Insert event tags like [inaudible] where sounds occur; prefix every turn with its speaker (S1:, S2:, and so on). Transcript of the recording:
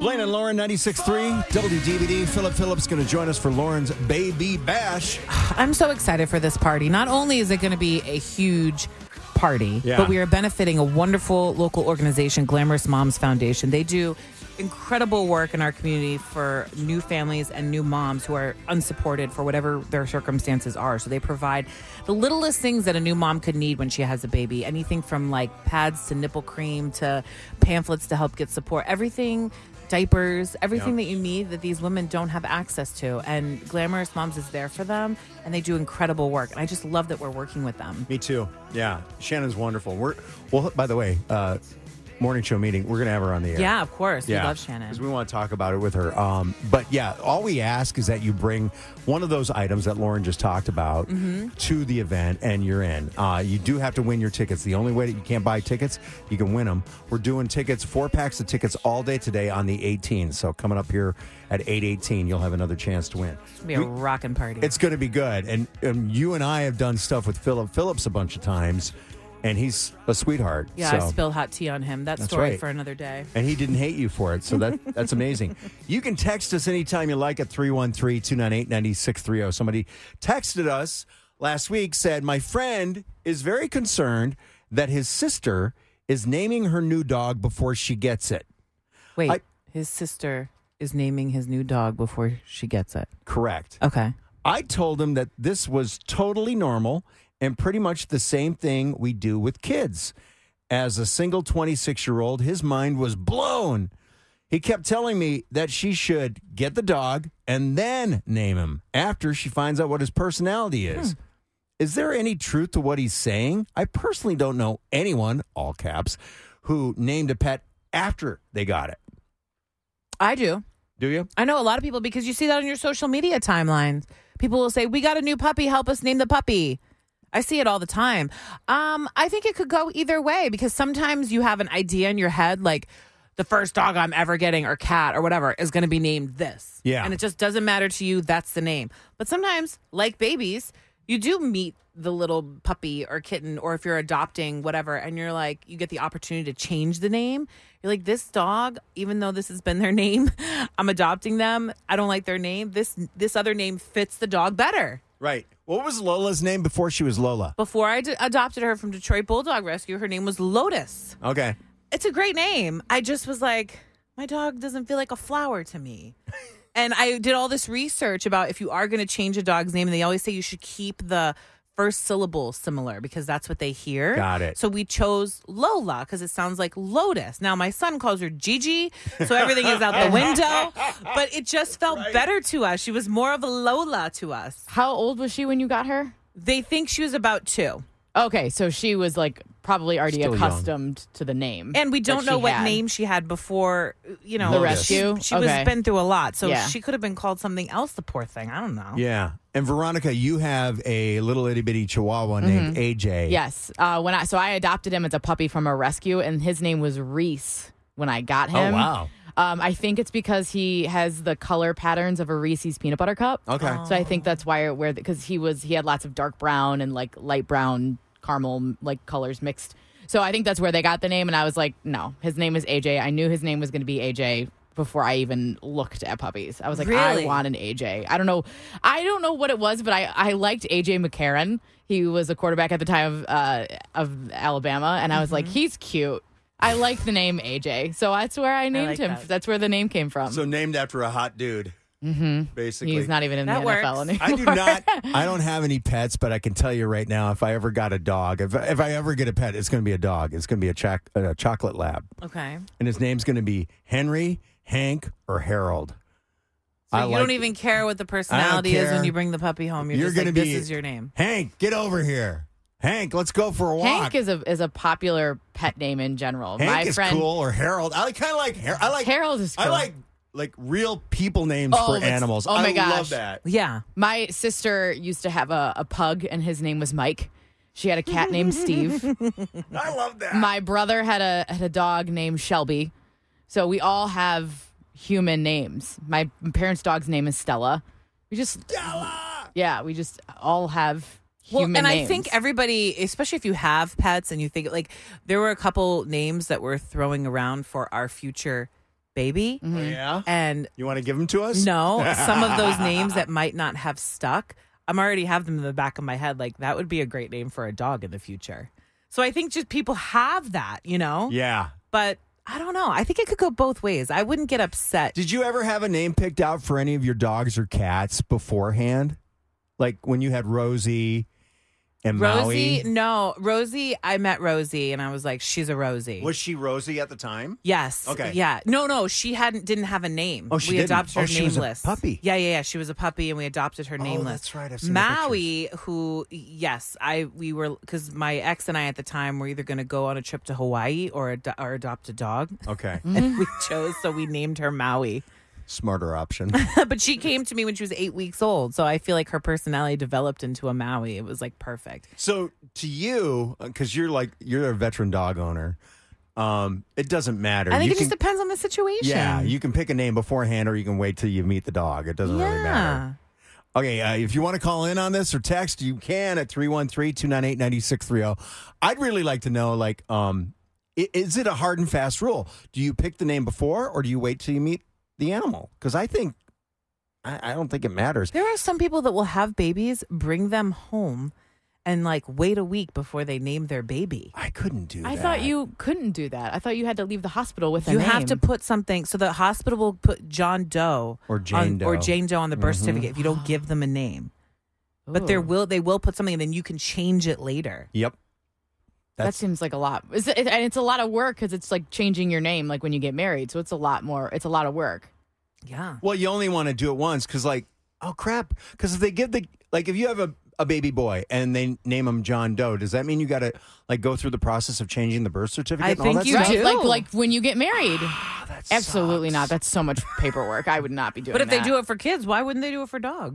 S1: Blaine and Lauren 96.3 WDVD. Philip Phillips going to join us for Lauren's Baby Bash.
S2: I'm so excited for this party. Not only is it going to be a huge party,
S1: Yeah.
S2: but we are benefiting a wonderful local organization, Glamorous Moms Foundation. They do incredible work in our community for new families and new moms who are unsupported for whatever their circumstances are. So they provide the littlest things that a new mom could need when she has a baby anything from like pads to nipple cream to pamphlets to help get support, everything. Diapers, everything that you need that these women don't have access to. And Glamorous Moms is there for them and they do incredible work. And I just love that we're working with them.
S1: Me too. Yeah. Shannon's wonderful. We're Well, by the way, uh, morning show meeting, we're going to have her on the air.
S2: Yeah, of course.
S1: Yeah,
S2: We love Shannon.
S1: Because we want to talk about it with her. Um, but yeah, all we ask is that you bring one of those items that Lauren just talked about
S2: Mm-hmm.
S1: to the event and you're in. Uh, you do have to win your tickets. The only way that you can't buy tickets, you can win them. We're doing tickets, four packs of tickets all day today on the 18th. So coming up here at 818, you'll have another chance to win.
S2: It's gonna be a rocking party.
S1: It's going to be good. And, and you and I have done stuff with Philip Phillips a bunch of times, and he's a sweetheart.
S2: yeah,
S1: so.
S2: I spilled hot tea on him. That
S1: That's
S2: story
S1: right.
S2: for another day.
S1: And he didn't hate you for it. So that that's amazing. You can text us anytime you like at 313 298 9630. oh. Somebody texted us last week, said, My friend is very concerned that his sister is naming her new dog before she gets it.
S2: Wait,
S1: I-
S2: his sister is naming his new dog before she gets it.
S1: Correct.
S2: Okay.
S1: I told him that this was totally normal and pretty much the same thing we do with kids. As a single 26 year old, his mind was blown. He kept telling me that she should get the dog and then name him after she finds out what his personality is. Is there any truth to what he's saying? I personally don't know anyone, all caps, who named a pet after they got it.
S2: I do.
S1: Do you?
S2: I know a lot of people because you see that on your social media timelines. People will say, "We got a new puppy. Help us name the puppy." I see it all the time. Um, I think it could go either way because sometimes you have an idea in your head, like the first dog I'm ever getting or cat or whatever is going to be named this.
S1: Yeah.
S2: and it just doesn't matter to you. That's the name. But sometimes, like babies, you do meet the little puppy or kitten, or if you're adopting whatever, and you're like, you get the opportunity to change the name. You're like, this dog, even though this has been their [laughs] name, I'm adopting them. I don't like their name. This this other name fits the dog better.
S1: Right. What was Lola's name before she was Lola?
S2: Before I d- adopted her from Detroit Bulldog Rescue, her name was Lotus.
S1: Okay.
S2: It's a great name. I just was like, my dog doesn't feel like a flower
S1: [laughs]
S2: to me. and I did all this research about if you are going to change a dog's name, and they always say you should keep the first syllable similar because that's what they hear.
S1: Got it.
S2: So we chose Lola because it sounds like lotus. Now my son calls her Gigi, so everything is
S1: [laughs]
S2: out the window. But it just felt better to us. She was more of a Lola to us.
S3: How old was she when you got her?
S2: They think she was about two.
S3: Okay, so she was like probably already
S1: Still young.
S3: accustomed to the name.
S2: and we
S3: that
S2: don't
S3: she
S2: know what
S3: had.
S2: name she had before you know
S1: The
S3: rescue?
S2: she, she
S3: Okay.
S2: was been through a lot so
S3: Yeah.
S2: she could have been called something else the poor thing i don't know
S1: Yeah. And Veronica, you have a little itty bitty chihuahua
S2: Mm-hmm.
S1: named AJ.
S3: Yes. Uh, when I so I adopted him as a puppy from a rescue, and his name was Reese when I got
S1: Oh,
S3: him.
S1: wow.
S3: Um, I think it's because he has the color patterns of a Reese's peanut butter cup.
S1: Okay.
S3: So I think that's why where because he was he had lots of dark brown and like light brown caramel like colors mixed. So I think that's where they got the name, and I was like, no, his name is AJ. I knew his name was going to be AJ before I even looked at puppies. I was like,
S2: Really?
S3: I want an AJ. I don't know, I don't know what it was, but I I liked AJ McCarron. He was a quarterback at the time of uh, of Alabama, and I was
S2: Mm-hmm.
S3: like, he's cute. I like the name AJ, so that's where I named
S2: like
S3: him.
S2: that.
S3: That's where the name came from.
S1: So named after a hot dude. Mm-hmm. Basically.
S3: he's not even in
S2: That
S3: the NFL
S2: works.
S3: anymore.
S1: I do
S2: [laughs]
S1: not. I don't have any pets, but I can tell you right now, if I ever got a dog, if, if I ever get a pet, it's going to be a dog. It's going to be a, choc- a chocolate lab,
S2: okay
S1: and his name's going to be Henry, Hank, or Harold.
S2: so
S1: I
S2: you
S1: like-
S2: don't even care what the personality is
S1: care.
S2: when you bring the puppy home you're,
S1: You're
S2: just
S1: gonna
S2: like
S1: be
S2: this is your name
S1: Hank, get over here. Hank, let's go for a walk.
S3: [laughs] Hank is a is a popular pet name in general.
S1: Hank
S3: My
S1: is
S3: friend
S1: cool, or Harold. I kind of like. Har- I like
S3: Harold is cool.
S1: I like like real people names
S3: Oh,
S1: for
S3: that's-
S1: animals.
S3: oh my
S1: I love
S3: gosh.
S2: [laughs]
S1: that.
S2: yeah
S3: My sister used to have a, a pug and his name was Mike. She had a
S2: [laughs]
S3: cat named Steve.
S1: I love that.
S3: My brother had a had a dog named Shelby. So we all have human names. My parents' dog's name is Stella. We just Yeah, we just all have
S2: well,
S3: human
S2: and I
S3: names.
S2: think everybody, especially if you have pets and you think like there were a couple names that we're throwing around for our future baby.
S1: Oh, Yeah.
S2: And
S1: You want to give them to [laughs] us?
S2: no, some of those names that might not have stuck, I'm already have them in the back of my head. Like that would be a great name for a dog in the future. So I think just people have that, you know.
S1: Yeah.
S2: But I don't know. I think it could go both ways. I wouldn't get upset.
S1: Did you ever have a name picked out for any of your dogs or cats beforehand? Like when you had Rosie and
S2: Rosie,
S1: Maui?
S2: no, Rosie. I met Rosie, and I was like, she's a Rosie.
S1: Was she Rosie at the time?
S2: Yes.
S1: Okay.
S2: Yeah. No, no, she hadn't didn't have a name.
S1: Oh, she
S2: we
S1: didn't.
S2: adopted her
S1: Oh, she was a
S2: nameless.
S1: puppy. Oh,
S2: Yeah, yeah, yeah. She was a puppy and we adopted her nameless.
S1: that's right. I've seen the
S2: Maui, who yes, I we were cuz my ex and I at the time were either going to go on a trip to Hawaii or ad- or adopt a dog. [laughs]
S1: Okay.
S2: And
S1: [laughs]
S2: we chose so we named her Maui. [laughs]
S1: Smarter option.
S2: but she came to me when she was 8 weeks old, so I feel like her personality developed into a Maui. It was like perfect.
S1: So to you, because you're like you're a veteran dog owner, um, it doesn't matter.
S2: I think
S1: you
S2: it
S1: can,
S2: just depends on the situation.
S1: yeah, you can pick a name beforehand, or you can wait till you meet the dog. It doesn't really matter.
S2: yeah.
S1: Okay, uh, if you want to call in on this or text, you can at 313-298-9630. oh. I'd really like to know, like, um, i- is it a hard and fast rule? Do you pick the name before, or do you wait till you meet the animal? Because I think, I, I don't think it matters.
S2: There are some people that will have babies, bring them home, and like wait a week before they name their baby.
S1: I couldn't do
S3: I
S1: that.
S3: thought you couldn't do that. I thought you had to leave the hospital with a
S2: You have
S3: name.
S2: to put something so the hospital will put John Doe
S1: Or Jane
S2: on, or
S1: Doe. Mm-hmm.
S2: Jane Doe on the birth certificate if you don't give them a name. But there
S3: Ooh.
S2: will they will put something and then you can change it later.
S1: Yep.
S3: That seems like a lot, Is it- and it's a lot of work because it's like changing your name, like when you get married. So it's a lot more. It's a lot of work.
S2: Yeah.
S1: Well, you only want to do it once because, like, oh crap! Because if they give the like, if you have a, a baby boy and they name him John Doe, does that mean you got to like go through the process of changing the birth certificate?
S2: I
S1: and all
S2: think
S1: that
S2: you
S1: stuff? Oh,
S3: right?
S2: do.
S3: Like like when you get married.
S1: That
S3: Absolutely
S1: Ah, sucks.
S3: not. That's so much paperwork. I would not be doing.
S2: But if
S3: that.
S2: they do it for kids, why wouldn't they do it for dogs?